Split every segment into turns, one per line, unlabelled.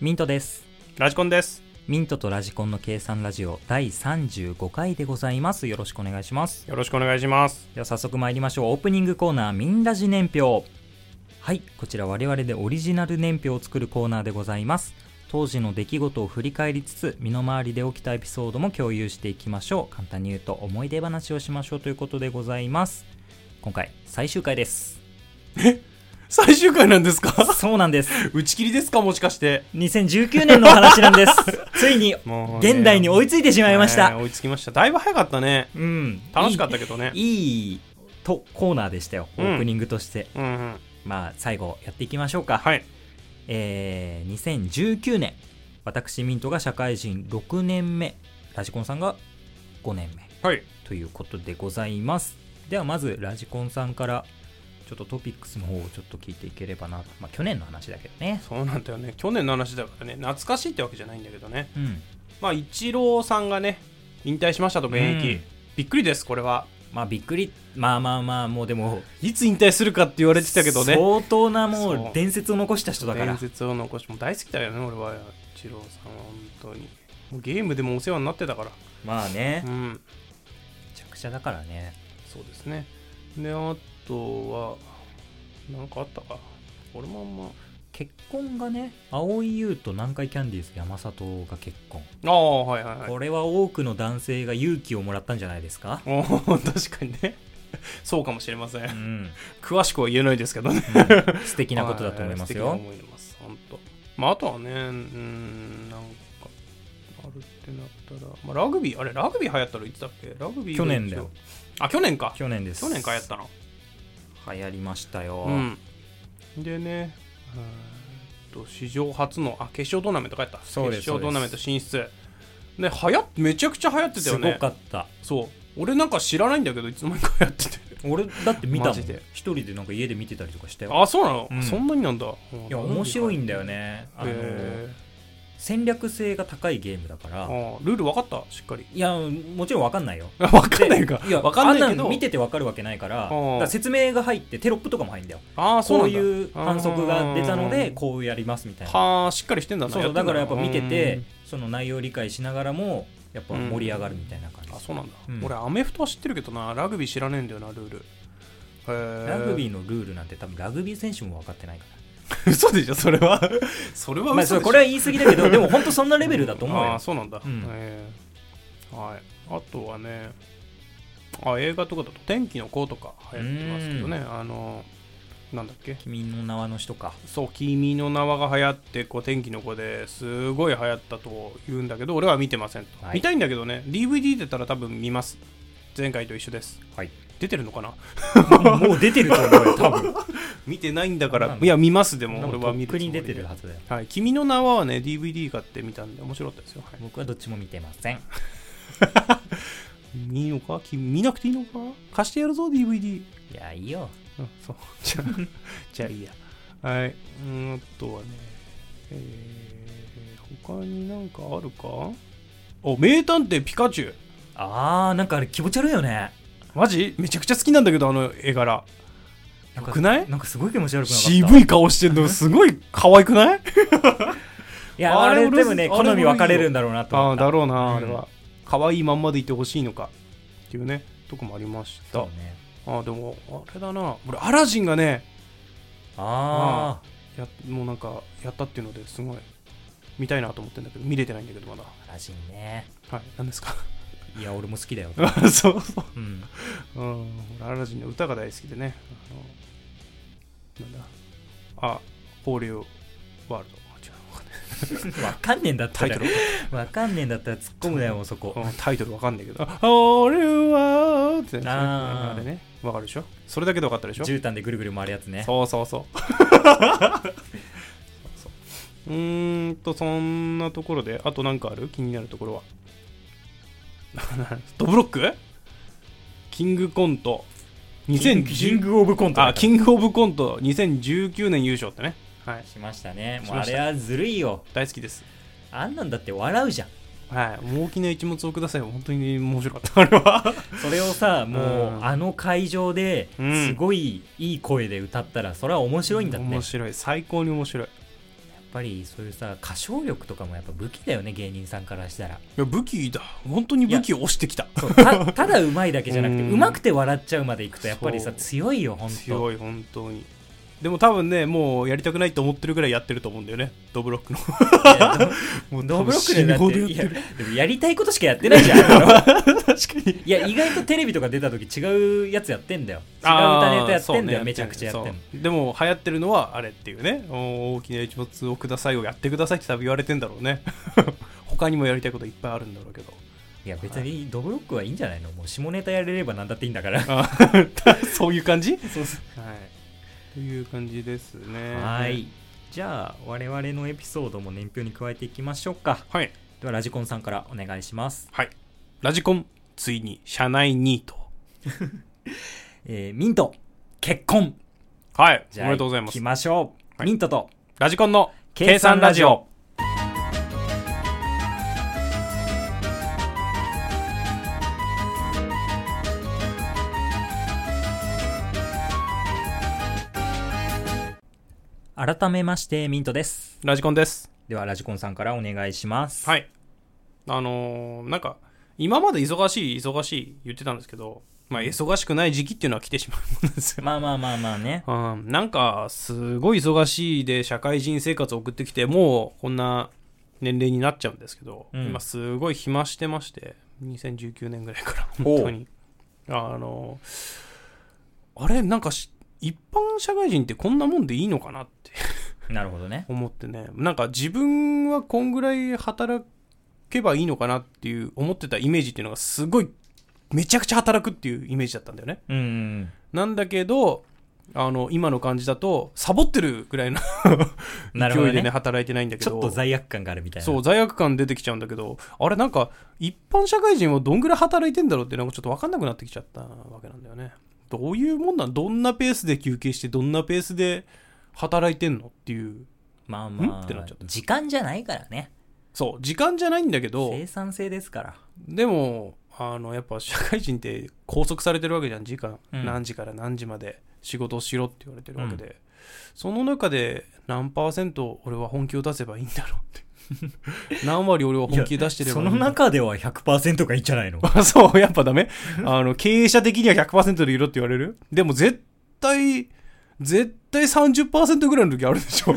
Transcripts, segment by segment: ミントです
ラジコンです。
ミントとラジコンの計算ラジオ第35回でございますよろしくお願いします
よろしくお願いします。
では早速参りましょうオープニングコーナーミンラジ年表はいこちら我々でオリジナル年表を作るコーナーでございます当時の出来事を振り返りつつ身の回りで起きたエピソードも共有していきましょう簡単に言うと思い出話をしましょうということでございます今回最終回です
最終回なんですか
そうなんです
打ち切りですかもしかして。
2019年の話なんですついに
も
現代に追い
つい
ついてしまいました、
追いつきました。だいぶ早かったね。
うん
楽しかったけどね。
いいいいとコーナーでしたよオ
うん
ープニングとして、
うんうん。
まあ最後やっていきましょうか、
はい。
えー、2019年私ミントが社会人6年目ラジコンさんが5年目
はい。
ということでございますではまずラジコンさんからちょっとトピックスの方をちょっと聞いていければなとまあ去年の話だけどね
そうなんだよね。去年の話だからね、懐かしいってわけじゃないんだけどね。
うん
まあ、イチローさんがね、引退しましたと、現役。
うん
びっくりです、これは。
まあびっくりまあまあまあもうでも
いつ引退するかって言われてたけどね。
相当なも
そうう
伝説を残した人だから
伝説を残し、もう大好きだよね、俺は。イチローさんは本当に。もうゲームでもお世話になってたから。
まあね
う
め
ん。
ちゃくちゃだからね
そうですね。で、あとは、なんかあったか。俺もあんま。
結婚がね蒼井優と南海キャンディーズ山里が結婚、
ああ、はいはいはい。
これは多くの男性が勇気をもらったんじゃないですか
おー 確かにね。そうかもしれませ。
うんん、
詳しくは言えないですけどね。
うん素敵なことだと思います
は
よ
素敵だと思います。本当。まあ、あとはね、うーん、なんか、あるってなったら、まあ、ラグビー、あれ、ラグビー流行ったのいつだっけラグビー
去年だよ。
あ、去年か。
去年です
去年かやったの。
流行りましたよ、
うん。でね、えーっと史上初のあ決勝トーナメントかやった
そうです
決勝トーナメント進出ねはやめちゃくちゃ流行ってた
す
よ
ご
ね
かった
そう俺なんか知らないんだけどいつの間にかやってて
俺だって見たも
マ
ん
ジで
一人でなんか家で見てたりとかしてい
あそうなの、
うん
そんなになんだい
や面白いんだよ
ね
ねあの
え
戦略性が高いゲームだから
ルール分かったしっかり
いやもちろんわかんないよ
分かんないか
いや
分かんないけ
あ
ど
の見ててわかるわけないからだ
あ
から説明が入ってテロップとかも入るんだよ
ああそう
こ
な
うん
だ
いう反則が出たの
あ
で
ー
こうやりますみたいな
はあしっかりしてんだな
そうそ
やっ
う
て
だ
ん
からやっぱ見て
う
て
ん
その内容を理解しながらもやっぱ盛り上がるみたいな感じ
あそうなんだ、
うん
俺アメフトは知ってるけどなラグビー知らねえんだよなルールへえ
ラ グビーのルールなんて多分ラグビー選手も分かってないか
嘘でしょそれは それは
ら、
嘘
ま
で
あ、
し
そ
ょ、
れこれは言い過ぎだけどでも本当そんなレベルだと思う
あ
よ
あそうなんだ、
うん
ええはいあとはねあ映画とかだと「天気の子」とか流行ってますけどねあのなんだっけ
君の名はの人か
そう「君の名は」が流行ってこう天気の子ですごい流行ったと言うんだけど俺は見てませんと、
はい
見たいんだけどね DVD 出たら多分見ます前回と一緒です
はい
出てるのかな
もう出てると思うよ多 分
見てないんだか
な
ら
んだ
いや見ます
で
でも
も
俺
俺
は
は
見
見
るつもり
に
で
出てるはずだよ
はい、君の名はね DVD 買ってみたんで面白かったですよ、はい
僕はどっちも見てません
いいのか君見なくていいのか貸してやるぞ DVD
いやいいよ
あそう じゃあ じゃあいいやはいうーんあとはねえー、他になんかあるかお名探偵ピカチュウ
あーなんかあれ気持ち悪いよね
マジめちゃくちゃ好きなんだけどあの絵柄
なん
よ
か
くない
なんかすごい気持ち悪くなかった
渋い顔してるのすごい可愛くない
いやあ
あれ
れでもね
俺あ
好
れ
み分かれるんだろうなと
あ
思
あ
った
だろうな、
うん
あれは可愛いまんまでいてほしいのかっていうねとこもありました
そうね
ああでもあれだな俺アラジンがね
あ
やもうなんかやったっていうのですごい見たいなと思ってんだけど見れてないんだけどまだ
あらしいね
はい何で すか
いや俺も好きだよ、
あそうそ
うん、
ううん俺アラジンの歌が大好きでねあのなんだあホーリーワールドあ違うわかんない
わかん ねえんだった
タイ
ら
トル
わかんねえんだったら突っ込むなよもうそこ
うんタイトルわかんないけどあホーリーワールドってね
あー
あれねわかるでしょそれだけでわかったでしょ
絨毯でぐるぐる回るやつね
そうそうそう そうそううーんとそんなところであとなんかある気になるところは ドブロックキングコント
キン
2010
グオブコントだ
あ
った
キングオブコント2019年優勝ってねはい
しましたね
し
もうあ
まし
れ
た
はずるいよ
大好きです
あんなんだって笑うじゃん
はいもう大きな一物をください本当に面白かったあれは
それをさもう
うん
あの会場で
うん
すごいいい声で歌ったらそれは面白いんだってや
面
っ
白い最高に面白い
ぱりそういうさ歌唱力とかもやっぱ武器だよね芸人さんからしたら
や武器だ本当に武器を押してきた
そうたただうまいだけじゃなくて
うん
うまくて笑っちゃうまでいくとやっぱりさ
そう
強いよ本当
強い本当にでも多分ねもうやりたくないと思ってるぐらいやってると思うんだよねドブロックの もう
ドブロックで
死ぬ
だ
ほ
っ
ど
て
やって
いや
る
でもやりたいことしかやってないじゃんあの
確かに
いや意外とテレビとか出た時違うやつやってんだよ違う歌ネタやってんだよ、
あー
めちゃくちゃやってんの
そうでも流行ってるのはあれっていうねお大きな一物をくださいをやってくださいって多分言われてんだろうね 他にもやりたいこといっぱいあるんだろうけど
いや別にドブロックはいいんじゃないのもう下ネタやれれば何だっていいんだから
あ そういう感じ、はい、という感じですね
はいじゃあ我々のエピソードも年表に加えていきましょうか
はい、
ではラジコンさんからお願いします、
はい、ラジコンついに社内ニート
えーミント結婚
はいお
じゃあ
めでとうございま
行き
す
ましょう、
はい
ミントと
ラジコンの
計
計
算
算
ラ
ラ
ジ
ジ
オ
オ
改めましてミントです
ラジコンです
ではラジコンさんからお願いします
はいい。あのーなんか、今まで忙しい、忙しい言ってたんですけど、まあ、忙しくない時期っていうのは来てしまうもんですよ。
まあまあまあまあね
うん、なんか、すごい忙しいで、社会人生活を送ってきて、もう、こんな年齢になっちゃうんですけど、
うん
今、すごい暇してまして、2019年ぐらいから、
おう
本当に。あのーあれ、なんかし、一般社会人ってこんなもんでいいのかなって。
なるほどね
思ってねなんか自分はこんぐらい働けばいいのかなっていう思ってたイメージっていうのがすごいめちゃくちゃ働くっていうイメージだったんだよね
うんうん
なんだけどあの今の感じだとサボってるぐらいの
うん なるほ
勢
ど
いでね
ね
働いてないんだけ
ち
ど
ょっと罪悪感があるみたいな
そう罪悪感出てきちゃうんだけどあれなんか一般社会人はどんぐらい働いてんだろうってなんかちょっと分かんなくなってきちゃったわけなんだよねどういうもんなんどんなペースで休憩してどんなペースで働いてんのっていう
まあま
ん
あ
ってなっちゃった
時間じゃないからね
そう時間じゃないんだけど
生産性ですから
でもあのやっぱ社会人って拘束されてるわけじゃん時間、
うん
何時から何時まで仕事をしろって言われてるわけで、その中で何パーセント俺は本気を出せばいいんだろうって 何割俺は本気出してれば
そ
いいんだ
の中では100%がいいんじゃない の
あそうやっぱダメあの経営者的には100%でいろって言われるでも絶対絶対30%ぐらいの時あるでしょ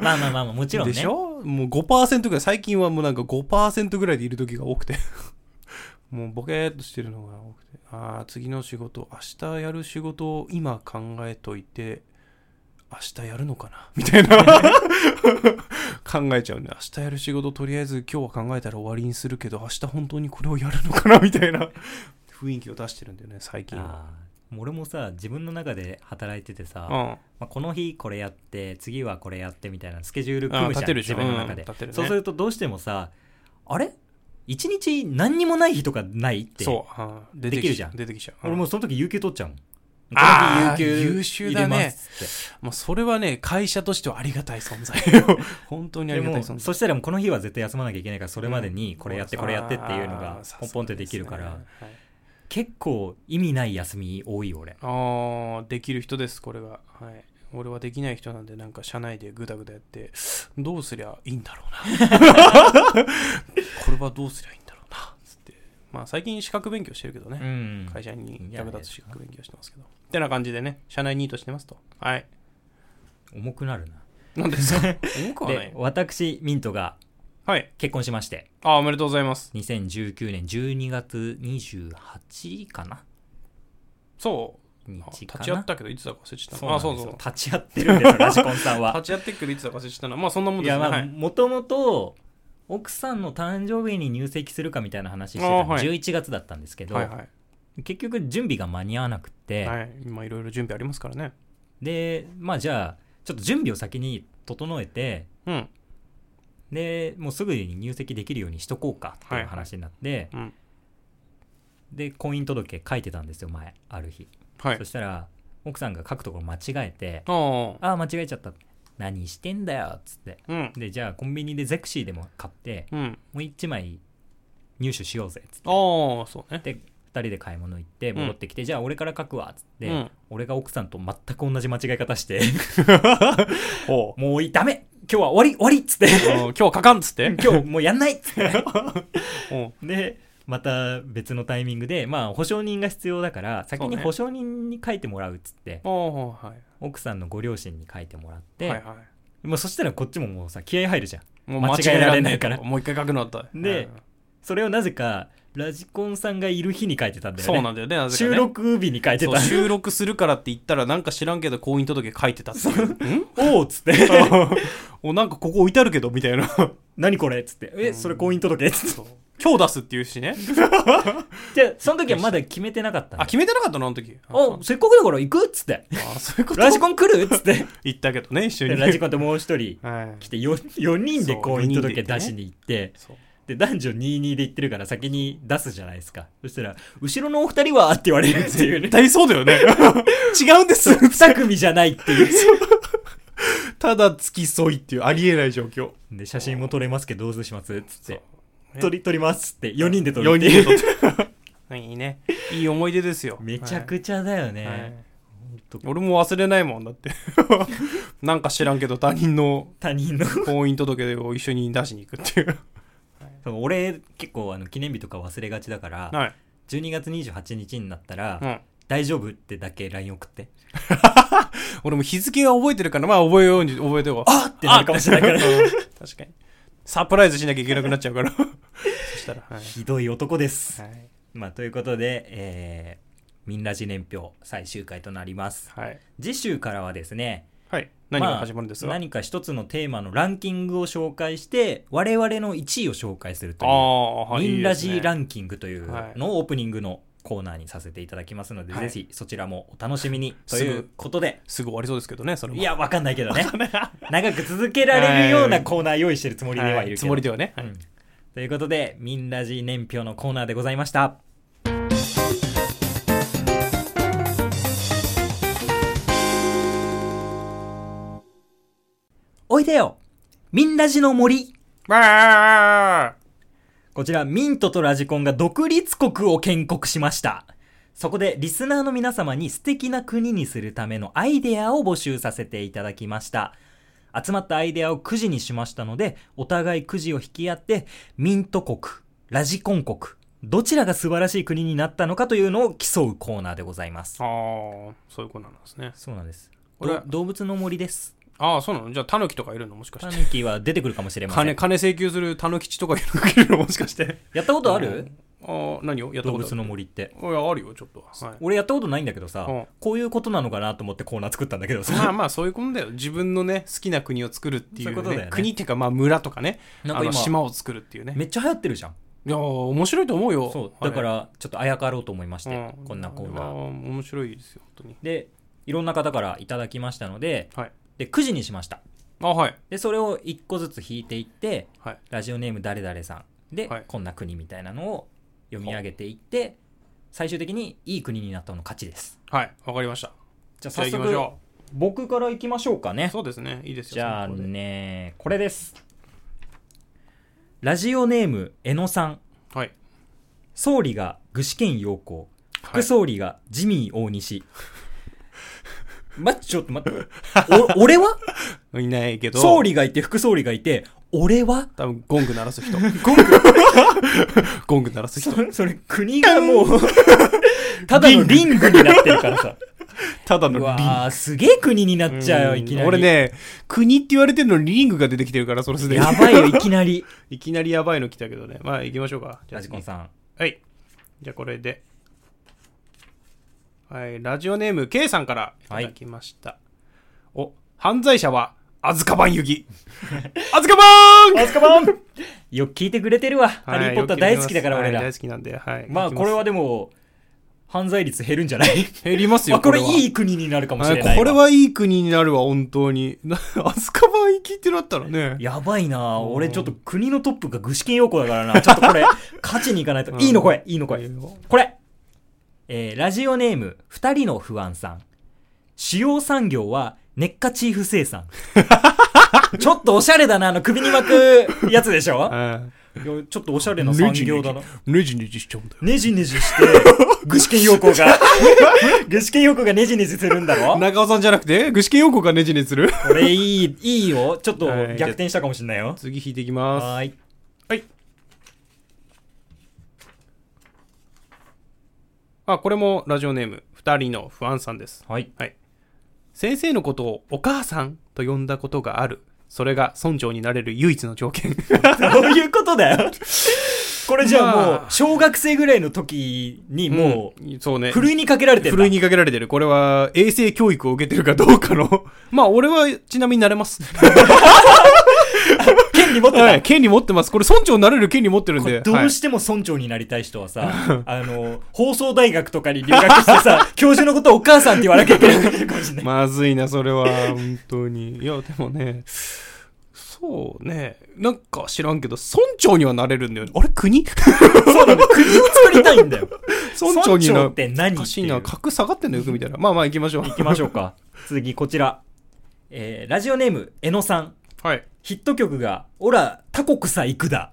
まあまあまあまあもちろんね
でしょもう5%ぐらい最近はもうなんか5%ぐらいでいる時が多くて もうボケーっとしてるのが多くてああ次の仕事明日やる仕事を今考えといて明日やるのかな みたいな考えちゃうね明日やる仕事とりあえず今日は考えたら終わりにするけど明日本当にこれをやるのかなみ たいな雰囲気を出してるんだよね最近は
あー俺もさ自分の中で働いててさ、
うん
まあ、この日これやって次はこれやってみたいなスケジュール組
あ
むじゃん
立てるじ
自
ゃん
分の中で、
うん立てるね
そうするとどうしてもさあれ一日何にもない日とかないって
そううん出て
できる
き
じ
ち
ゃ
ゃ
ん
う出てきちゃううん
俺もうその時有給取っちゃうもん
あー
この日
優秀だね
入れますっ
まあ、それはね、会社としてはありがたい存在 本当
て
にあ
で
りがたい
も
存在。
そしたらもうこの日は絶対休まなきゃいけないからそれまでにこれやって
うん
これやってっていうの
あ
が
ーさす
ポン
が
ポンってできるから、
ですね
結構意味ない休み多いよ俺
はいあーできる人です、これは。はい。俺はできない人なんで、なんか社内でぐだぐだやって、どうすりゃいいんだろうな。 これはどうすりゃいいんだろうな。つって。まあ、最近資格勉強してるけど
う
ね。
ん
会社に役立つ資格勉強してますけど。ってな感じでね、社内ニートしてますと。 はい。
重くなるな
なんです か重くはな
で
い。
私ミントが
はい。
結婚しまして
あー、おめでとうございます。
2019年12月28かな
そう。
日か
あ
な
立ち会ったけどいつだか忘れちゃった
そうなん
あ
です
そ
よ
うそう
立ち会ってるんですよラジコンさんは
立ち会ってっけどいつだか忘れちゃったなまあそんなもん
い
です
や
ね、
ま
は
あ
い、
もともと奥さんの誕生日に入籍するかみたいな話してた
あ
の、
はい
11月だったんですけど、
はいは
結局準備が間に合わなく
い、
て、
はい、今いろいろ準備ありますからね
でまあじゃあちょっと準備を先に整えて
うん
でもうすぐに入籍できるようにしとこうかっていう話になって、
うん
で婚姻届書いてたんですよ前ある日、
はい
そしたら奥さんが書くところ間違えて
ああ
ああ間違えちゃった何してんだよっつって
うん
でじゃあコンビニでゼクシーでも買って
うん
もう一枚入手しようぜっつって
ああそうね
で2人で買い物行って
うん
戻ってきて、じゃあ俺から書くわっつって、
うん
俺が奥さんと全く同じ間違い方して
お う
もういいダメ今日は終わり終わりっつって
うん今日はかかんっつって。
今日もうやんないっつ って
うん
でまた別のタイミングでまあ保証人が必要だから先
そう
に
ね
保証人に書いてもらうっつって、
おーはい
奥さんのご両親に書いてもらって、
はいは
もうそしたらこっちももうさ気合入るじゃん
い。もう
間違えられないから
間違えられねえともう一回書くのあった。
でそれをなぜかラジコンさんがいる日に書いてたん
うん、
だよね
そうなんだよね、なぜかね
収録日に書いて
そ
た
う収録するからって言ったらなんか知らんけど婚姻届書いてたっていう
おおっつって
おなんかここ置いてあるけどみたいな
何これっつってえそれ婚姻届っつって
今日出すっていうしね
じゃあその時はまだ決めてなかったんだ
あ決めてなかったのあの時あ
おせっかくだから行くっつって
あそういうこと
ラジコン来るっつって
言ったけどね一緒
で
に
ラジコンともう一人
はい
来て 4, 4人で
そう
婚姻届
四人で行って
出
ね
しに行って
そう
で男女22で行ってるから先に出すじゃないですかそしたら「後ろのお二人は?」って言われるっていう ね
絶対そうだよね違うんです
2組じゃないっていう
ただ付き添いっていうありえない状況
で写真も撮れますけどどうしますっつって
そう
撮り撮りますって4人で撮る
4
って
人
い
で
う
撮っていいねいい思い出ですよ
めちゃ
ち
くちゃだよ
ゃ
ね、
俺も忘れないもんだって なんか知らんけど他人の
他人 の
婚姻届を一緒に出しに行くっていう
俺結構あの記念日とか忘れがちだから
はい、
12月28日になったら「
うん、
大丈夫?」ってだけ LINE 送って
俺も日付が覚えてるからまあ覚えように覚えておこう
あってなるかもしれない から
うん確かにサプライズしなきゃいけなくなっちゃうから そしたらはい、
ひどい男です、
はい
まあ、ということで、えー、みんラジ年表最終回となります
はい
次週からはですね
はい、何が始まるんですか、
まあ
あ
何か一つのテーマのランキングを紹介して我々の1位を紹介すると
あ
いう
ーはい
ミンラ
いい
ジ
ですね
ランキングという
はい
のをオープニングのコーナーにさせていただきますので、
はい
ぜひそちらもお楽しみにと
すぐ
いうこと です
ぐ終わりそうですけどねそれも
いやわかんないけどね長く続けられるようなコーナー用意してるつもりではいる
つ
けど、
もりではね、はい
うんということでミンラジ年表のコーナーでございましたおいでよミンラジの森
わー
こちら、ミントとラジコンが独立国を建国しました。そこで、リスナーの皆様に素敵な国にするためのアイデアを募集させていただきました。集まったアイデアをくじにしましたので、お互いくじを引き合って、ミント国、ラジコン国、どちらが素晴らしい国になったのかというのを競うコーナーでございます。
ああそういうことなんですね
そうなんです。
これ
ど動物の森です。
ああそうなのじゃあタヌキとかいるのもしかし
タ
て
ヌキは出てくるかもし れませ
金
ん。
金請求するタヌキチとかいるのもしかして
やったことある
あー何をやった
動
こと
物の森って。
あるいやあるよちょっとは、はい、
俺やったことないんだけどさ、
うん
こういうことなのかなと思ってコーナー作ったんだけど
まあ
さ、
まあそういうことだよ自分のね好きな国を作るってい
そう
う,、
い
ね
うことだよね
国っていうかまあ村とかね
なん
あ
か今、
の島を作るっていうね
めっちゃ流行ってるじゃん。
いやー面白いと思うよ
そう。だから、ちょっとあやかろうと思いまし
あ
て、
れう
こんなコーナ
あ
ー。
面白いですよ本当に
で、いろんな方からいただきましたので、
はい
で、9時にしました。
あはい
で、それを1個ずつ引いていって、
はい
ラジオネーム誰々さんで、
はい
こんな国みたいなのを読み上げていって、最終的にいい国になったの勝ちです。
はいわかりました
じゃあ
じ
早
ゃあ行きまし
速、
ょ
僕からいきましょうかね
う。そうですねいいですよ
じゃあ
その方で
ね、これです。ラジオネーム、えのさん。
はい
総理が具志堅用高。
は
副
い
総理がジミー大 西。ま、ちょっと待って。 お俺はい
ないけど
総理がいて、副総理がいて、俺は
多分ゴング鳴らす人
ゴング
ゴング鳴ら す人
それ、それ国がもう、 ただのリングになってるから さ。
ただ
う
のリン
わーすげえ国になっちゃうよ、
うん
いきなり。
俺。ね国って言われてるのにリングが出てきてるからそれすでに
やばいよ、いきな り。
いきなりやばいの来たけどねまあ行きましょうかじゃ
ラ
あ
ジ
次
コンさん。
はい。じゃあこれで。はい。ラジオネーム K さんからいただきました。お、犯罪者は、アズカバン行き。 アズカバーン
アスカバンよく聞いてくれてるわ。ハ
はい
リー・ポッター大好きだから、
よ
俺
く聞
ら
いてますはい。大好きなんで、はい。
まあこれはでも犯罪率減るんじゃない
減りますよ、
あこれ
はい
い国になるかもしれないわ
これはいい国になるわ、本当に。 なアズカバン行きってなったらね。
やばいな
うん
俺ちょっと国のトップが具志堅用高だから なちょっとこれ勝ちにいかないと
うん
いいのこれいいのこ
い
れ
いよ
これえーラジオネーム二人の不安さん主要産業はネッカチー フ生産ちょっとおしゃれだなあの首に巻くやつでしょ
うん
いやちょっとおしゃれな産業だな。
ネジネジしちゃうんだよ。
ねじねじして、 具志堅用高 が、具志堅用高がねじねじするんだろ
中尾さんじゃなくて、具志堅用子がネジネジする
これいい、いいよ。ちょっと
はい
逆転したかもしれないよ。
次引いていきま
はーい。
す。あ、これもラジオネーム、二人の不安さんです。
はい。
先生のことをお母さんと呼んだことがある。それが村長になれる唯一の条 件。
どういうことだよ。これじゃあも
ま
う、
あ
小学生ぐらいの時にもう、
うん、そうね。
ふるいにかけられてる。
ふるいにかけられてる。これは、衛生教育を受けてるかどうかの。 まあ、俺は、ちなみになれます。
権利持ってた。
はい。権利持ってます。これ、村長になれる権利持ってるん
これ
で。
どうしても村長になりたい人はさ、 あの、放送大学とかに留学してさ、教授のことをお母さんって言わなきゃいけ ないかもしれ
はい
ない。
まずいな、それは。本当に。いや、でもね、そうね。なんか知らんけど、村長にはなれるんだよね。あれ、国
そうなんだよ。国を作りたいんだ よ。
村長に
村
な
っ、て何
お
っ
か
て
し
い
いな。
う
格下がってんだよ、よくみたいな。まあまあ、行きましょう。
行 きましょうか。次、こちら。えーラジオネーム、えのさん。
はい。
ヒット曲が、オラ、他国さ行く だ。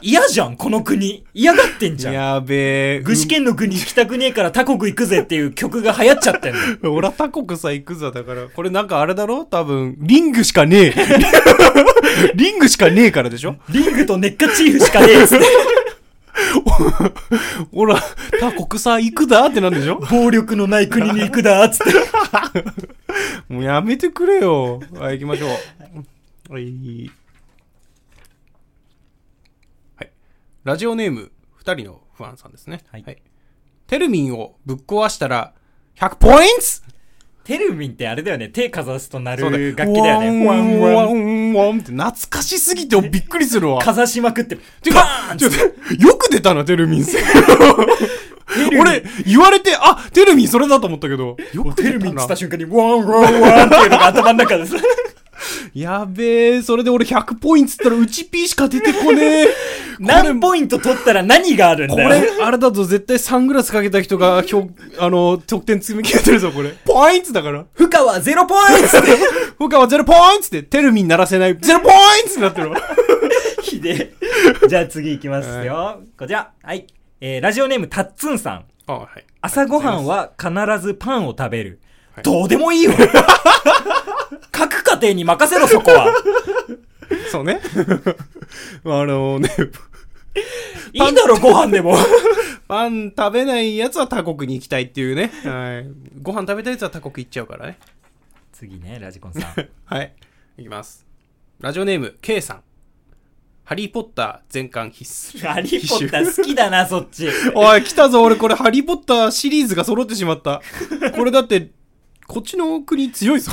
嫌じゃん、この国。嫌がってんじゃん。
やべえ。
具志堅の国行きたくねえから他国行くぜっていう曲が流行っちゃ ってんの。
オラ他国さ行くぞだから。これなんかあれだろ多分、リングしかねえ。 リングしかねえからでしょ
リングとネッカチーフしかねえっつって。
オラ、他国さ行くだってなんでしょ
暴力のない国に行くだ、 つって。
もうやめてくれよ。はい、行きましょう。はい。はい。ラジオネーム、二人の不安さんですね。
はい
テルミンをぶっ壊したら、100ポイント
テルミンってあれだよね。手かざすとな
そうだよ
る楽器だよね。
ワ
ワン
ンワ
ワン。
ンワンって懐かしすぎてびっくりするわ。
かざしまく ってる。
てか、ちょっと、よく出たな、テルミ ンさん。
テルミン
俺、言われて、あ、テルミンそれだと思ったけど。よ
テルミンっ
な
つった瞬間に、ワンワンワンっていうのが頭の中です。
やべえ、それで俺100ポイントっつったら、うち P しか出てこ ねえ。
何ポイント取ったら何があるん
こ
だよ。
れ、あれだと絶対サングラスかけた人が、ひょ、あの、得点積み切れてるぞ、これ。ポイントだから。
負荷はゼロポイントで
他はゼロポイントって、テルミン鳴らせない、ゼロポイントになってるわ。
ひでえ。じゃあ次行きますよ。こちら。はい。えー、ラジオネームたっつんさん。
あ、はい。
朝ごはんは必ずパンを食べる。
はい
どうでもいいよ。各家庭に任せろ、そこ は。
そうね。 あのね、
いいだろ、ご飯でも。
パン食べないやつは他国に行きたいっていうね。はい。ご飯食べたやつは他国行っちゃうからね。
次ね、ラジコンさん。
はい。いきます。ラジオネーム、K さん。ハリーポッター全巻必 須。
ハリーポッター好きだな、そっ ち。
おい、来たぞ、俺これ、ハリーポッターシリーズが揃ってしまった。これだって、こっちの国強 いぞ。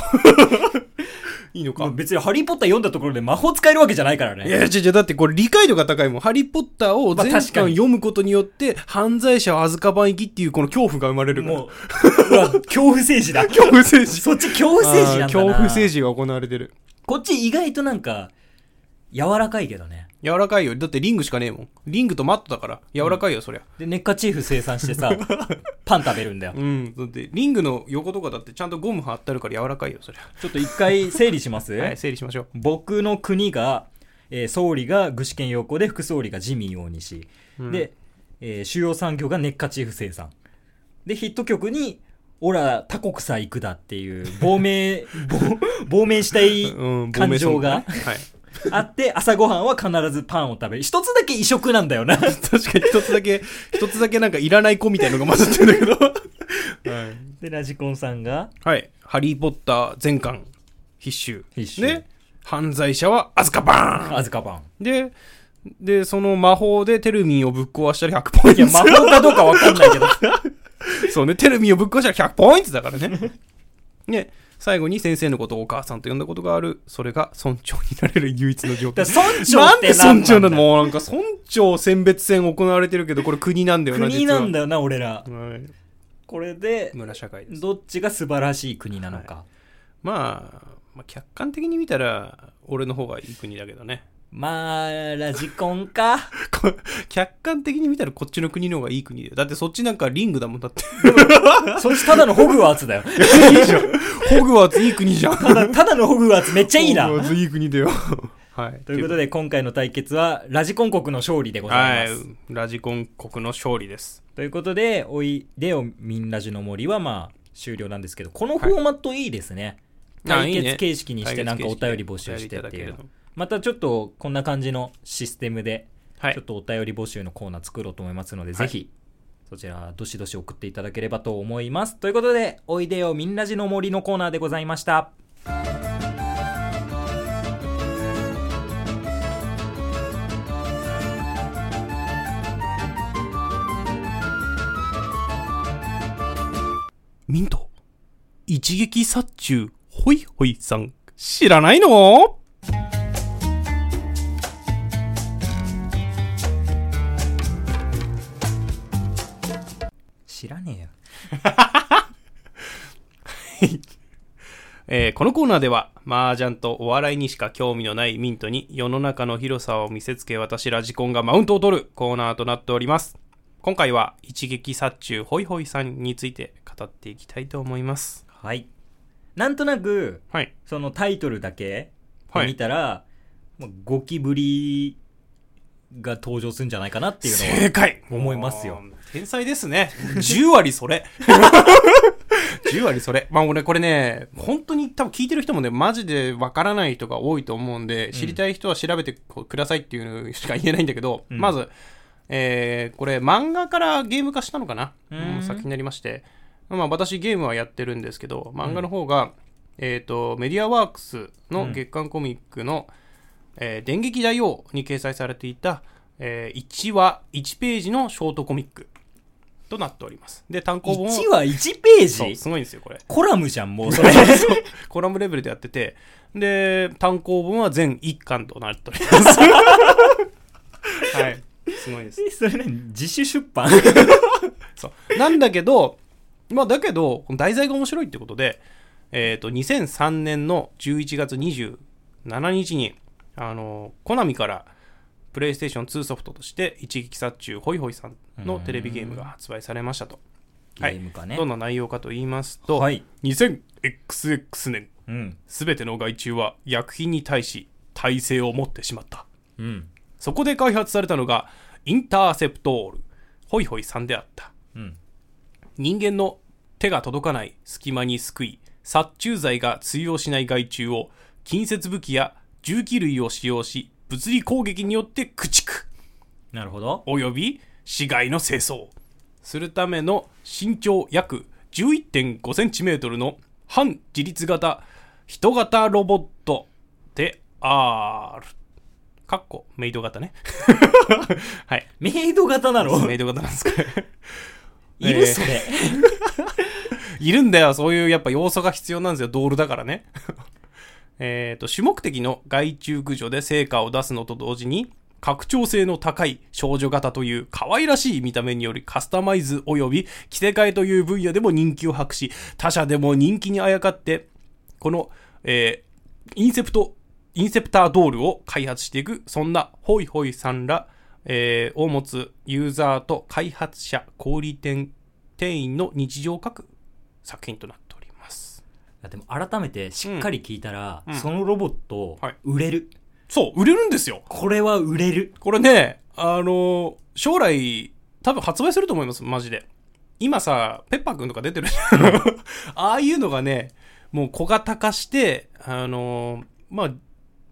いいのか。
別にハリーポッター読んだところで魔法使えるわけじゃないから
い
ね。
や、じゃじゃだってこれ理解度が高いもん。ハリーポッターを全
まあ確
巻
かに
読むことによって、犯罪者はアズカバン行きっていうこの恐怖が生まれるから。
もう、うわ恐怖政 治だ。
恐怖政治。
そっち恐怖政治なんだな。
あー恐怖政治が行われてる。
こっち意外となんか、柔らかいけどね。
柔らかいよ。だってリングしかねえもん。リングとマットだから。柔らかいよ、そりゃ。
で、ネッカチーフ生産 してさ、パン食べるんだよ。
うん。だって、リングの横とかだってちゃんとゴム貼ってあるから柔らかいよ、そり
ちょっと一回整理します、
ゃ。はい、整理しましょう。
僕の国が、えー総理が具志堅用高で副総理が自民大西、
うん
で、えー主要産業がネッカチーフ生産でヒット曲に「オラ他国さ行くだ」っていう亡命 亡亡命したい
うん、
感情が
亡命するんだねはい。
あって朝ごはんは必ずパンを食べる一つだけ異色なんだよな
確かに一つだけ、一つだけなんかいらない子みたいのが混ざってるん だけど。はい。
でラジコンさんが
はい。ハリーポッター全巻必修。
必修
ね。犯罪者はアズカバー
アズカバン
ンで、で、その魔法でテルミンをぶっ壊したら100ポイン
い
ト。
や魔法かどうかわかんないけど
そうね、テルミンをぶっ壊したら100ポイントだからね。ね、最後に先生のことをお母さんと呼んだことがある。それが村長になれる唯一の条件
だ。から村長
な
っ
ん
て
で
何
村長な
だ
のもうなんか村長選別戦行われてるけど、これ国なんだよな、
国なんだ
よ。
よな俺ら
はい。
これで
村社会です。
どっちが素晴らしい国なのか、
まあ、まあ、客観的に見たら、俺の方がいい国だけどね。
まあラジコン か
こ客観的に見たらこっちの国の方がいい国だよ。だってそっちなんかリングだもんだって。
そっちただのホグワーツだよ。
いいじゃん。ホグワーツいい国じゃん。
ただ、ただのホグワーツめっちゃいいな
ホ。グワーツいい国だよ。はい。
ということで今回の対決はラジコン国の勝利でござ
はい
ます、
い。ラジコン国の勝利です。
ということで「おいでよみんラジの森」はまあ終了なんですけどこのフォーマットいいですね、
あい
対
いね
決形式にしてなんかお
対決形式で
便り募集してってい
お便り
う
ただけるの
またちょっとこんな感じのシステムで
は
ちょっ
い。
とお便り募集のコーナー作ろうと思いますので、
はい
ぜひそちらどしどし送っていただければと思いますということで「おいでよみんなじの森」のコーナーでございました
ミント、一撃殺虫、ホイホイさん、知らないの
知らねえよ
えーこのコーナーでは、麻雀とお笑いにしか興味のないミントに世の中の広さを見せつけ私ラジコンがマウントを取るコーナーとなっております。今回は一撃殺虫ホイホイさんについて語っていきたいと思います。
はいなんとなく
はい。
そのタイトルだけ
はい
見たら、もうゴキブリが登場するんじゃないかなっていうのを
正解
思いますよ。
天才ですね。10割そ れ。10割それ。まあ俺これね、本当に多分聞いてる人もね、マジでわからない人が多いと思うんで、知りたい人は調べてくださいっていうのしか言えないんだけど、
うん
まず、えーこれ漫画からゲーム化したのかな、
うん
うん作品になりまして、まあ私ゲームはやってるんですけど、漫画の方が、えっ、と、メディアワークスの月刊コミックの、えー電撃大王に掲載されていた、えー1話1ページのショートコミックとなっております。で、単行本を
1話1ペ
そう
ージ
すごいんですよ、これ。
コラムじゃんも うそれ
コラムレベルでやってて、で、単行本は全1巻となっており ます。はい。すごいです。
それ何自主出版
そう。なんだけど、まあだけど、この題材が面白いってことで、えっ、と、2003年の11月27日に、あの、コナミから、プレイステーション2ソフトとして、一撃殺虫ホイホイさんのテレビゲームが発売されましたと。
ゲームかね
どんな内容かと言いますと、
はい
2000XX 年、
うん
すべての害虫は薬品に対し耐性を持ってしまった。
うん
そこで開発されたのが、インターセプトール、ホイホイさんであった。
うん
人間の手が届かない隙間にすくい殺虫剤が通用しない害虫を近接武器や銃器類を使用し物理攻撃によって駆逐
なるほど
および市街の清掃するための身長約1 1 5トルの半自立型人型ロボットであるかっこメイド型ね はい
メイド型なの
メイド型なん ですか
いるそれ、
いるんだよ、そういうやっぱ要素が必要なんですよ、ドールだからね。 えっと、主目的の害虫駆除で成果を出すのと同時に、拡張性の高い少女型という可愛らしい見た目によりカスタマイズ及び着せ替えという分野でも人気を博し、他社でも人気にあやかって、この、えーインセプト、インセプタードールを開発していく、そんなホイホイさんら、えーを持つユーザーと開発者、小売店、店員の日常を書く作品となっております。
でも改めてしっかり聞いたら、
うん
そのロボット
はい
売れる、
そう、売れるんですよ。
これは売れる
これね、あの、将来、多分発売すると思います、マジで。今さ、ペッパーくんとか出てるじゃん ああいうのがね、もう小型化して、あの、まあ、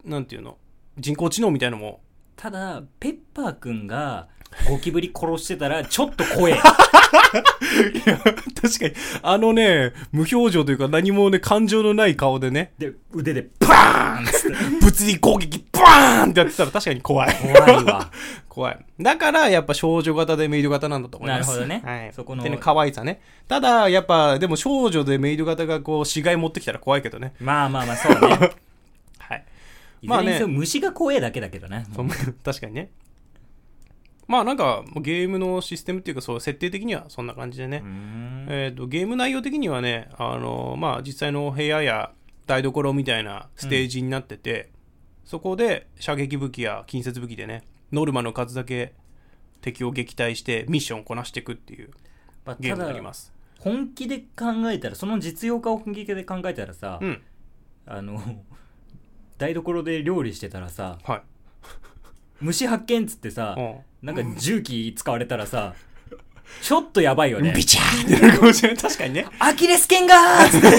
なんていうの、人工知能みたいのも、
ただペッパーくんがゴキブリ殺してたらち ょっと怖え
確かに、あのね、無表情というか何もね、感情のない顔でね、
で腕でバーンっつって
物理攻撃、バーンってやってたら確かに怖い。
怖いわ
怖い。だから、やっぱ少女型でメイド型なんだと思います。
なるほどね
はい。
そこの
でね可愛さね。ただ、やっぱ、でも少女でメイド型がこう、死骸持ってきたら怖いけどね。
まあまあまあそう ね
はい。
いず
まあ
れ
ね
にせよ虫が怖えだけだけどね
そう確かにね。まあなんか、ゲームのシステムっていうか、そう、設定的にはそんな感じでね。
うーん
えー、とゲーム内容的にはね、あのまあ、実際の部屋や台所みたいなステージになってて、そこで射撃武器や近接武器でねノルマの数だけ敵を撃退してミッションをこなしていくっていう
まあ
ゲー
た
ム
だ
になります
本気で考えたらその実用化を本気で考えたらさ、
うん
あの台所で料理してたらさ
はい
虫発見っつってさ
う
なんか重機使われたらさちょっとやばいよ
ん
ね
ビチャーってなるかもしれない 確かにね
アキレス腱がーっつって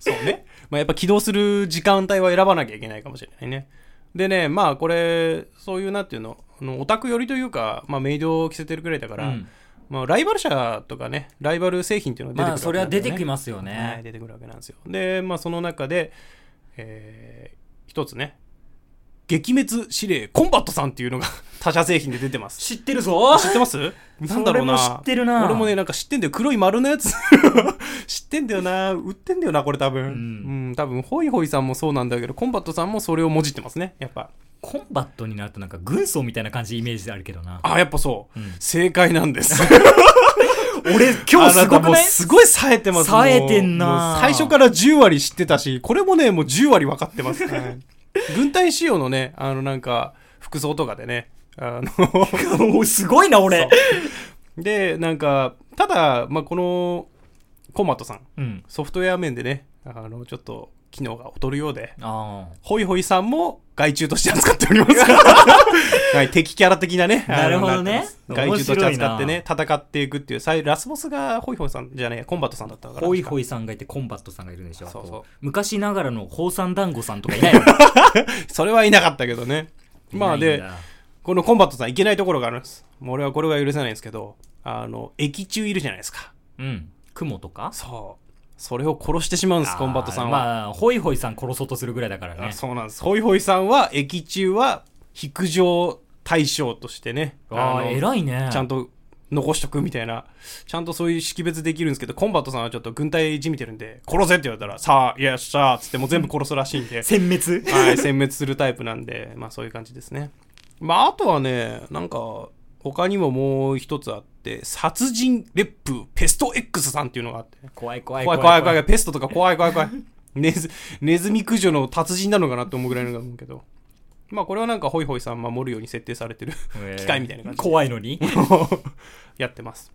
そうね。まあ、やっぱ起動する時間帯は選ばなきゃいけないかもしれないね。でね、まあこれ、そういうなんていうの、あのオタク寄りというか、まあメイドを着せてるくらいだから、
うん
まあライバル社とかね、ライバル製品っていうのが出てくる
まあそれは出てき
ま
ますよ
すはい、
ね
出てくるわけなんですよ。で、まあその中で、えー、一つね、撃滅指令コンバットさんっていうのが 他社製品で出てます。
知ってるぞ
知ってますなんだろうな。
それも知ってるな
俺もね、なんか知ってんだよ。黒い丸のやつ。 知ってんだよな。売ってんだよな、これ多分。
う
うん、多分、ホイホイさんもそうなんだけど、コンバットさんもそれをもじってますね。やっぱ。
コンバットになるとなんか軍曹みたいな感じイメージあるけどな
あ、やっぱそう。
うん
正解なんです。
俺 今日すご
あなた
く
もう
ない
すごい冴えてますもう
冴えてんな
もう最初から10割知ってたし、これもね、もう10割分かってます、ね。軍隊仕様のね、あの、なんか、服装とかでね、あの、
おすごいな俺
で、なんか、ただ、まあ、この、コンバットさん。
うん
ソフトウェア面でね、あの、ちょっと、機能が劣るようで、
あ
ホイホイさんも害虫として扱っております。 はい、敵キャラ的なね。
なるほどね
あのなってます害虫として扱ってね、戦っていくっていう、最ラスボスがホイホイさんじゃねえ、コンバットさんだった
あ
から。
ホイホ
イ。
イさんがいてコンバットさんがいるでしょ
そうそう
こ昔ながらの宝山団子さんとかいない の
それはいなかったけどね。まあ
いないん
で
だ、
このコンバットさんいけないところがあるんです。もう俺はこれが許せないんですけど、あの、液中いるじゃないですか。
うん雲とか
そう。それを殺してしまうんです、コンバットさんは。
あーまあホイホイさん殺そうとするぐらいだからね
あそうなんです。ホイホイさんは、駅中は、非上対象としてね。
あ
あ
あ
の
偉いね。
ちゃんと残しとくみたいな。ちゃんとそういう識別できるんですけど、コンバットさんはちょっと軍隊じみてるんで、殺せって言われたら、さあ、いやっしゃーっつってもう全部殺すらしいんで
殲滅
はい、殲滅するタイプなんで、まあそういう感じですね。まああとはね、なんか、他にももう一つあって、殺人烈風ペスト X さんっていうのがあって。
怖い怖い
怖い怖い怖い怖い、ペストとか怖い怖い怖い。ネズネズミ駆除の達人なのかなって思うぐらいのだと思うけど。まあこれはなんかホイホイさん守るように設定されてる 機械みたいな感じ
怖いのに
やってます。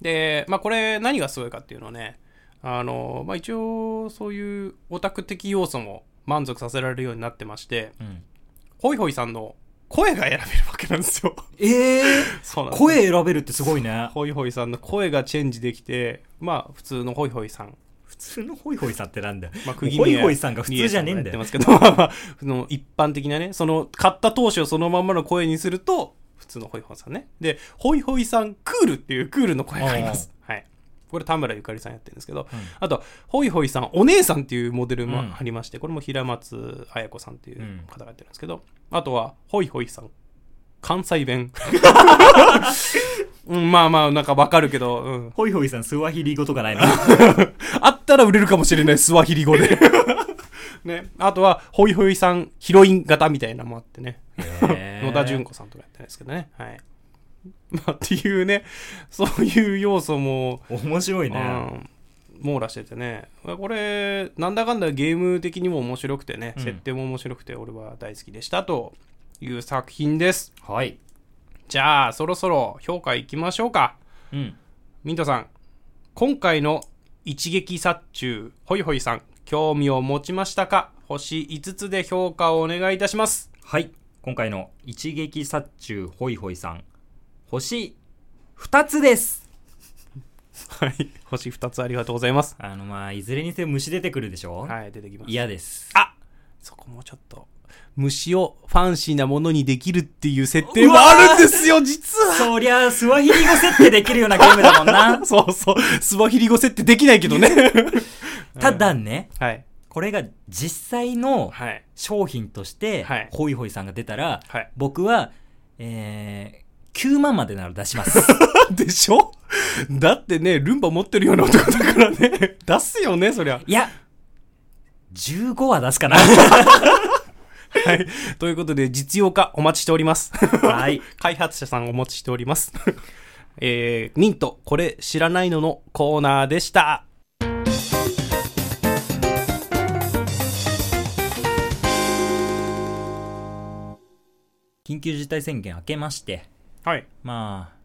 で、まあこれ何がすごいかっていうのはね、あの、まあ一応そういうオタク的要素も満足させられるようになってまして、
うん
ホイホイさんの声が選べるわけなんですよ。
ええ
そうなんです
声選べるってすごいね
ホイホイさんの声がチェンジできて、まあ普通のホイホイさん
普通のホイホイさんってなんだよ
まあ、
ホ
釘
イ
宮
ホイさんが普通じゃねえんだ
やって
よ
ますけど、 まあまあ、その一般的なね、その買った当初をそのまんまの声にすると、普通のホイホイさんね。で、ホイホイさんクールっていうクールの声があります。はい。これ田村ゆかりさんやってるんですけど、
うん
あと、ホイホイさんお姉さんっていうモデルも
うん
ありまして、これも平松綾子さんっていう
うん
方がやってるんですけど、あとは、ホイホイさん、関西弁。 うん、まあまあ、なんかわかるけど、うん、
ホイホイさんスワヒリ語とかないの
あったら売れるかもしれない、スワヒリ語で。 ね。あとは、ホイホイさん、ヒロイン型みたいなのもあってね。野
野
田純子さんとかやってないですけどね。はい。 まあ、っていうね、 そういう要素も、
面白いね
うん、網羅しててね。これ、なんだかんだゲーム的にも面白くてね、
うん
設定も面白くて、俺は大好きでした、という作品です。
はい
じゃあ、そろそろ評価いきましょうか。
うん
ミントさん、今回の一撃殺虫、ホイホイさん、興味を持ちましたか星5つで評価をお願いいたします。
はい今回の一撃殺虫ホイホイさん星2つです
はい。星2つありがとうございます。
あのまあいずれにせよ虫出てくるでしょ
はい、出てきます。
嫌です
あそこもちょっと、虫をファンシーなものにできるっていう設定もあるんですよ、実は
そりゃスワヒリ語設定できる ようなゲームだもんな
そうそう。スワヒリ語設定できないけどね。
ただね
はい。
これが実際の
はい。
商品として
はい
ホイホイさんが出たら
はい。
僕はえー9万までなら出し ます
でしょだってね、ルンバ持ってるような男だからね。出すよね、そりゃ。
いや、15は出すか な。
はい。ということで、実用化お待ちしております。
はい。
開発者さんお持ちしております。えー、ミント、これ知らないののコーナーでした。
緊急事態宣言明けまして、
はい。
まあ、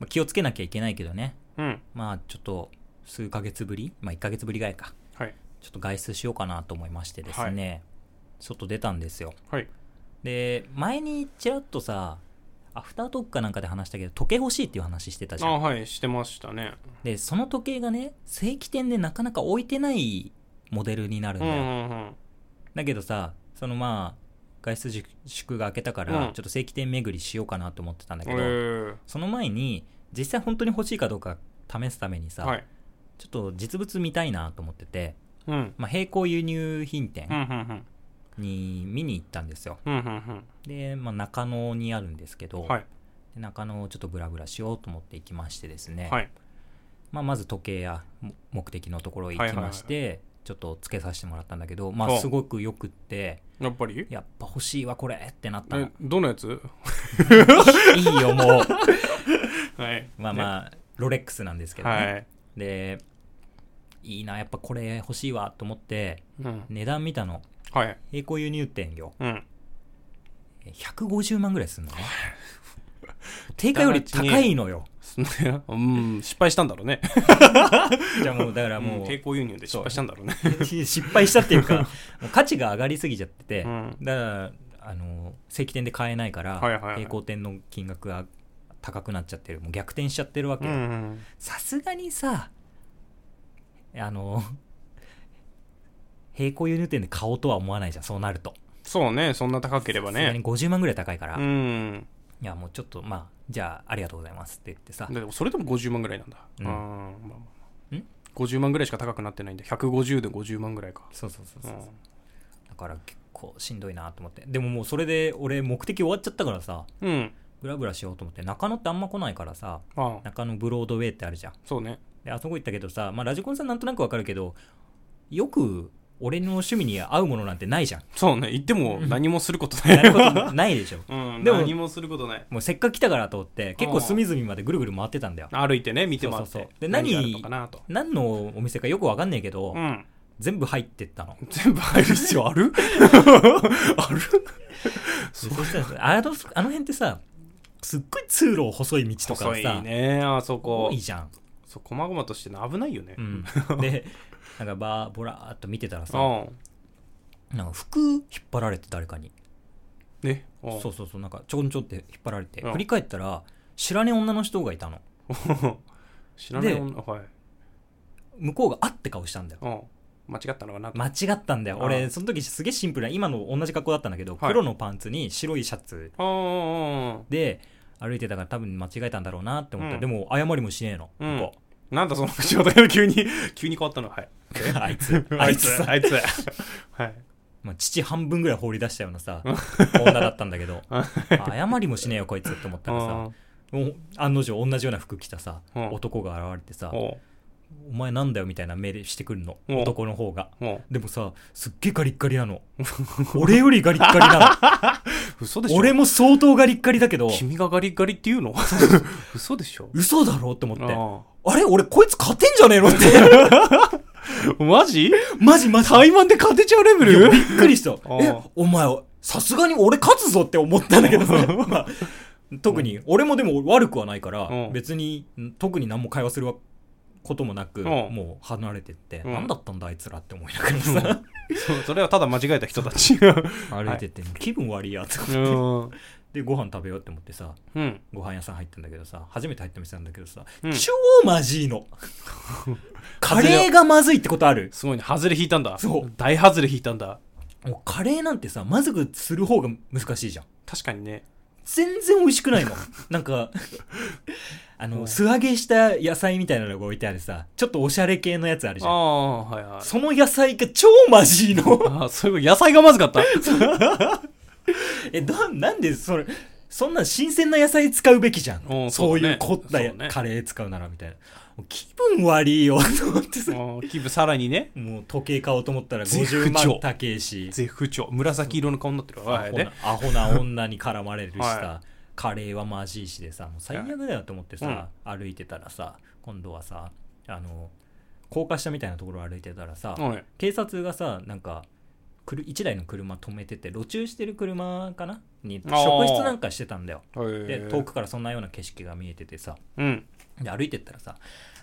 まあ気をつけなきゃいけないけどね。
うん。
まあ、ちょっと、数ヶ月ぶりまあ、1ヶ月ぶりぐらいか。
はい。
ちょっと外出しようかなと思いましてですね。外出たんですよ
はい
で前にちらっとさアフタートークかなんかで話したけど時計欲しいっていう話してたじ
あ
ゃん
はいしてましたね
でその時計がね正規店でなかなか置いてないモデルになる
うんんう
だよ、
んうん
だけどさそのまあ外出自粛が明けたから、
うん
ちょっと正規店巡りしようかなと思ってたんだけ
え
ど、
ー
その前に実際本当に欲しいかどうか試すためにさ、
はい
ちょっと実物見たいなと思ってて、
うんうん
まあ、並行輸入品
うん
店
うん
に見に行ったんですよ、
うんうん
で、まあ、中野にあるんですけ
う
ど、
んはい
で中野をちょっとブラブラしようと思って行きましてですね、
はい
まあ、まず時計やも目的のところへ行きまして、ちょっとつけさせてもらったんだけど、ま
ほ
あ、
う
すごくよくって
やっぱり
やっぱ欲しいわこれってなったの
えどのやつ
いいよ もう
はい
まあ
あ
まあ、ロレックスなんですけどね、
はい
でいいなやっぱこれ欲しいわと思って
うん
値段見たの
はい
並行輸入店よ
うん
え150万ぐらいすんのね定価より高いのよ
すうん失敗したんだろうね
じゃあもうだからも
ん
う
抵抗輸入で失敗したんだろうね
失敗したっていうかもう価値が上がりすぎちゃってて、
うん
だからあの正規店で買えないから、
はいはいはい
並行店の金額が高くなっちゃってるもう逆転しちゃってるわけ
う
よ
ん
さすがにさあの並行輸入店で買おうとは思わないじゃんそうなると
そうねそんな高ければ
さすが
ね
に50万ぐらい高いから、
う
い
ん
やもうちょっとまあじゃあありがとうございますって言ってさ
でもそれでも50万ぐらいなんだ
う
うんんまあまあまあ
ん
50万ぐらいしか高くなってないんで150で50万ぐらいか
そうそうそうそ
う
う、
ん
だから結構しんどいなと思ってでももうそれで俺目的終わっちゃったからさ
うん
ブラブラしようと思って中野ってあんま来ないからさ
ああ
中野ブロードウェイってあるじゃん
そうね
であそこ行ったけどさ、まあ、ラジコンさんなんとなくわかるけどよく俺の趣味に合うものなんてない じゃん
そうね行っても何もすること
やるこ
ない
とないでしょ
うん
でも
何もすることない
もうせっかく来たからと思って結構隅々までぐるぐる回ってたんだよ
歩いてね見て回っ
そうそう
て
そうで何
があるのかなと
何のお店かよくわかんないけど、
うん
全部入ってったの
全部入る必要 あるある
そしたらさあのあの辺ってさすっごい通路細い道とかさ
細いねあそこ
多いじゃん、
そう細々としてるの危ないよね
うん、でなんかバーボラーっと見てたらさ
ああ
なんか服引っ張られて誰かに
ねああ
そうそうそうなんかちょんちょんって引っ張られて
うん
振り返ったら知らねえ女の人がいたの
知らない女はい
向こうがあって顔したんだよ
うん間違ったのかなと
間違ったんだよ
うん
俺その時すげえシンプルな今の同じ格好だったんだけど
はい
黒のパンツに白いシャツ
ああああああ
で歩いてたから多分間違えたんだろうなって思った、
うん
でも謝りもしねえの、
うん
向こ
なんだその口調だよ急に 急に変わったのはい
うあいつ あ
あ
い
い
つ
つ
さ
あいつはい
まあ、父半分ぐらい放り出したような さ女だったんだけど
あ
謝りもしねえよこいつって思ったらさもう案の定同じような服着たさ
うん
男が現れてさ
おう
お前なんだよみたいな目でしてくるの
うん
男の方が
おう
でもさすっげえガリッガリなの俺よりガリッガリな
嘘でし
の
ょ
俺も相当ガリッガリだけど
君がガリガリって言うの 嘘でしょ
嘘だろって思ってあ
あ
れ俺こいつ勝てんじゃねえのって
あマジ
マジマジ
怠慢で勝てちゃうレベ
いや
ル
びっくりした
あ
えお前さすがに俺勝つぞって思ったんだけどさ、まあ特に俺もでも悪くはないから
うん
別にん特に何も会話するわこともなく
ん
もう離れてって
うん
何だったんだあいつらって思いながらさ
そうそれはただ間違えた人たち う
歩いてって気分悪いやつ
ん
でご飯食べようって思ってさ
うん
ご飯屋さん入ったんだけどさ初めて入った店なんだけどさ
うん
超まず いのカレーがまずいってことある
すごいねハズレ引いたんだ
そう
大ハズレ引いたんだ
もうカレーなんてさまずくする方が難しいじゃん
確かにね
全然美味しくない の。なんか、あ
う
の、
ん
素揚げした野菜みたいなのが置いてあるさ、ちょっとおしゃれ系のやつあるじ
あ
ゃん。
あはいはい
その野菜が超まじいの。
ああそういうこと野菜がまずかった
え、な、なんでそれ、そんな新鮮な野菜使うべきじゃ。
うんん
そう
そう
い
だ
う
ね
凝ったや
そうね
カレー使うならみたいな。もう気分悪いよ、と思ってさ。
ああキープさらにね
もう時計買おうと思ったら
絶不
50
調
万高えし、
絶不調紫色の顔になってるわ
ア
はい
ホな
ね
アホな女に絡まれるしさ、
は
カレーはまじいしでさもう最悪だよと思ってさ、歩いてたらさ今度はさあの高架下みたいなところを歩いてたらさ、
はい
警察がさなんかくる1台の車止めてて路駐してる車かなに
あー
職質なんかしてたんだよで遠くからそんなような景色が見えててさ
うん
で歩いてったらさ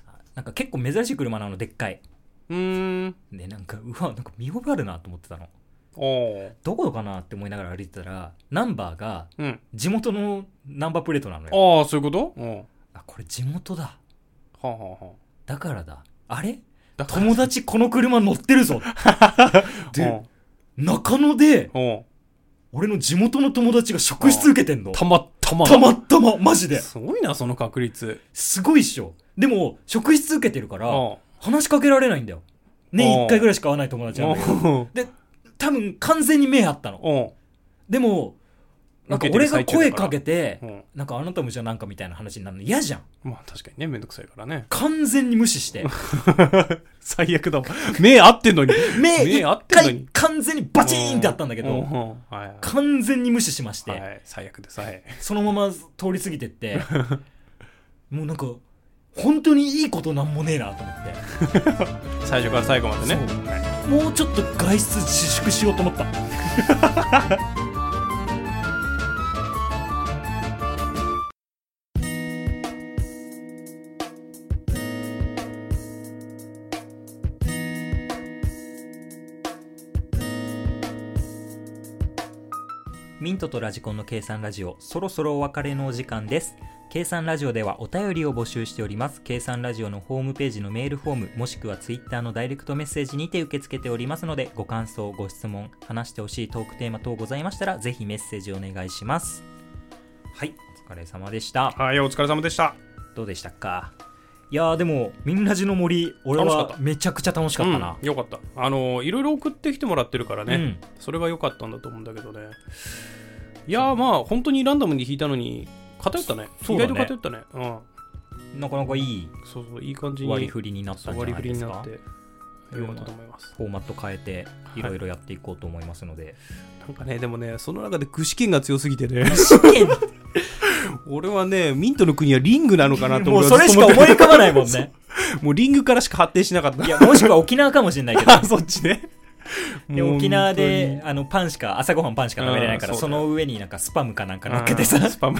あなんか結構珍しい車なのでっかいう
ーん
でなんかうわなんか見覚えあるなと思ってたの
おー
どこかなって思いながら歩いてたらナンバーが
うん。
地元のナンバープレートなのよ
ああ、そういうことうん。は
あこれ地元だ
あ、はあは
だからだあれ
あ、だ
友達この車乗ってるぞ で
で、
中野で
うんうん。
俺の地元の友達が職質受けてんの
たまたま。
たまたまマジです
ごいな、その確率。
すごいっしょでも職質受けてるから
うん
話しかけられないんだよ
う
年
ん
1回ぐらいしか会わない友達なんだけど
うん。
多分完全に目合ったの
うん。
でもなんか
受けて
俺
る
が
最中だ
声
から
かけて
うん。
なんかあなたもじゃあなんかみたいな話になるの嫌じゃん。
まあ確かにね、めんどくさいからね
完全に無視して
最悪だもん。目合ってんの に。
目
目合
一
ってんの
回
に
完全にバチーンってあったんだけ
う
ど
んはいはい
完全に無視しまして、
はい、最悪です。 はい。
そのまま通り過ぎてって もうなんか本当にいいことなんもねえなと思っ
最初から最後までね。
そう
は
て
い
もうちょっと外出自粛しようと思ったミントとラジコンの計算ラジオ、そろそろお別れのお時間です。計算ラジオではお便りを募集しております。計算ラジオのホームページのメールフォーム、もしくはツイッターのダイレクトメッセージにて受け付けておりますので、ご感想、ご質問、話してほしいトークテーマ等ございましたら、ぜひメッセージお願いします。はい、お疲れ様でした。
はい、お疲れ様でした。
どうでしたかいやーでも、みんなじの森、俺
楽しか
は
った
めちゃくちゃ楽しかったな。
うんよかった。あのー、いろいろ送ってきてもらってるから
う
ね。
ん、
それは良かったんだと思うんだけどね。いやー、まあ、本当にランダムに引いたのに、偏ったね。
そ
意
うだ
外
ね
と偏ったね。うん。
なかなかいい
そうそう、いい感じに。
割り振りになった
そ
ん
う
じゃ
割り
ない
振り
です
にな
か
って。良かったと思います。
フォーマット変えていろいろやっていこうと思いますので、
なんかね、でもね、その中で具志堅が強すぎてね、 俺はね、ミントの国はリングなのかなと
も
思
う
って
それしか思い浮かばない もん
そう
ね
もうリングからしか発展しなかった
い。やもしくは沖縄かもしれ ないけど
あ そっちね。
で
もう
沖縄で
本
あのパンしか朝ごはんパンしか食べれないから
うん
そ
そうだよ
の上になんかスパムかなん
当
か
に
乗っけてさ
あースパム。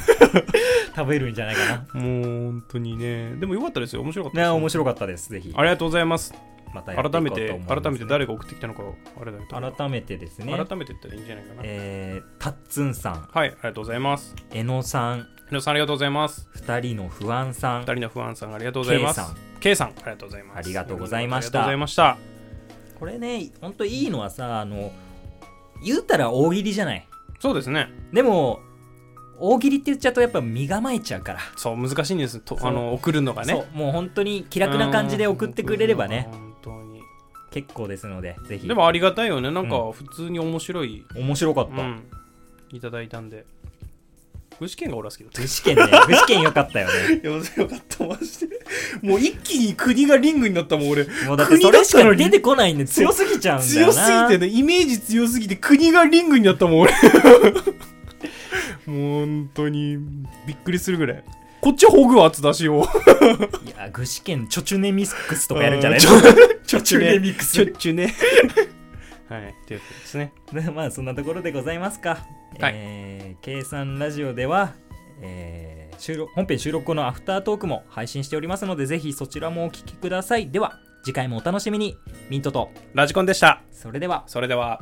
食べるんじゃないか な
もう本当にね、でも良かったですよ、面白かった
ね
ですよ。
面白かったですぜひ
ありがとうございます。
またやっていこ
改
う
め
と思い
て、
ます
改めて誰が送ってきたのか、あれだけど、
改めてですね
改めて言ったらいいんじゃないかな。
えーたっつんさん
はい、ありがとうございます。
えのさん
皆さんありがとうございます。
二人の不安さん
二人の不安さんありがとうございます
K さん。
K さん、ありがとうございます。
ありがとうございました
ありがとうございました。
これねほんといいのはさあの言うたら大喜利じゃない
そうですね。
でも大喜利って言っちゃうとやっぱ身構えちゃうから
そう難しいんですと
そう
あの送るのがね
そうもう本当に気楽な感じで送ってくれればね
うん本
結構ですのでぜ
当
ひ
にでもありがたいよねなん
う
か普通に面白い、
面白かっ
う
た、
んいただいたんで具志堅が俺は好きだった
具志堅ね具志堅よか ったよ ね
いやよかったマジでもう一気に国がリングになったもん俺
もうだってそれし
国だったの
か
に
出てこないんで強すぎちゃうんだよ
強
な
すぎてねイメージ強すぎて国がリングになったもん俺もう本当にびっくりするぐらいこっちホグワーツだしよ
いや具志堅チョチュネミックスとかやるんじゃない
ち
の
ょ
チョチュネミック
ちょっ
ス
ちゅね はいということですね
まあそんなところでございますか、
はい
えー、計算ラジオではえー収録本編収録後のアフタートークも配信しておりますのでぜひそちらもお聞きくださいでは次回もお楽しみにミントと
ラジコンでした
それでは
それでは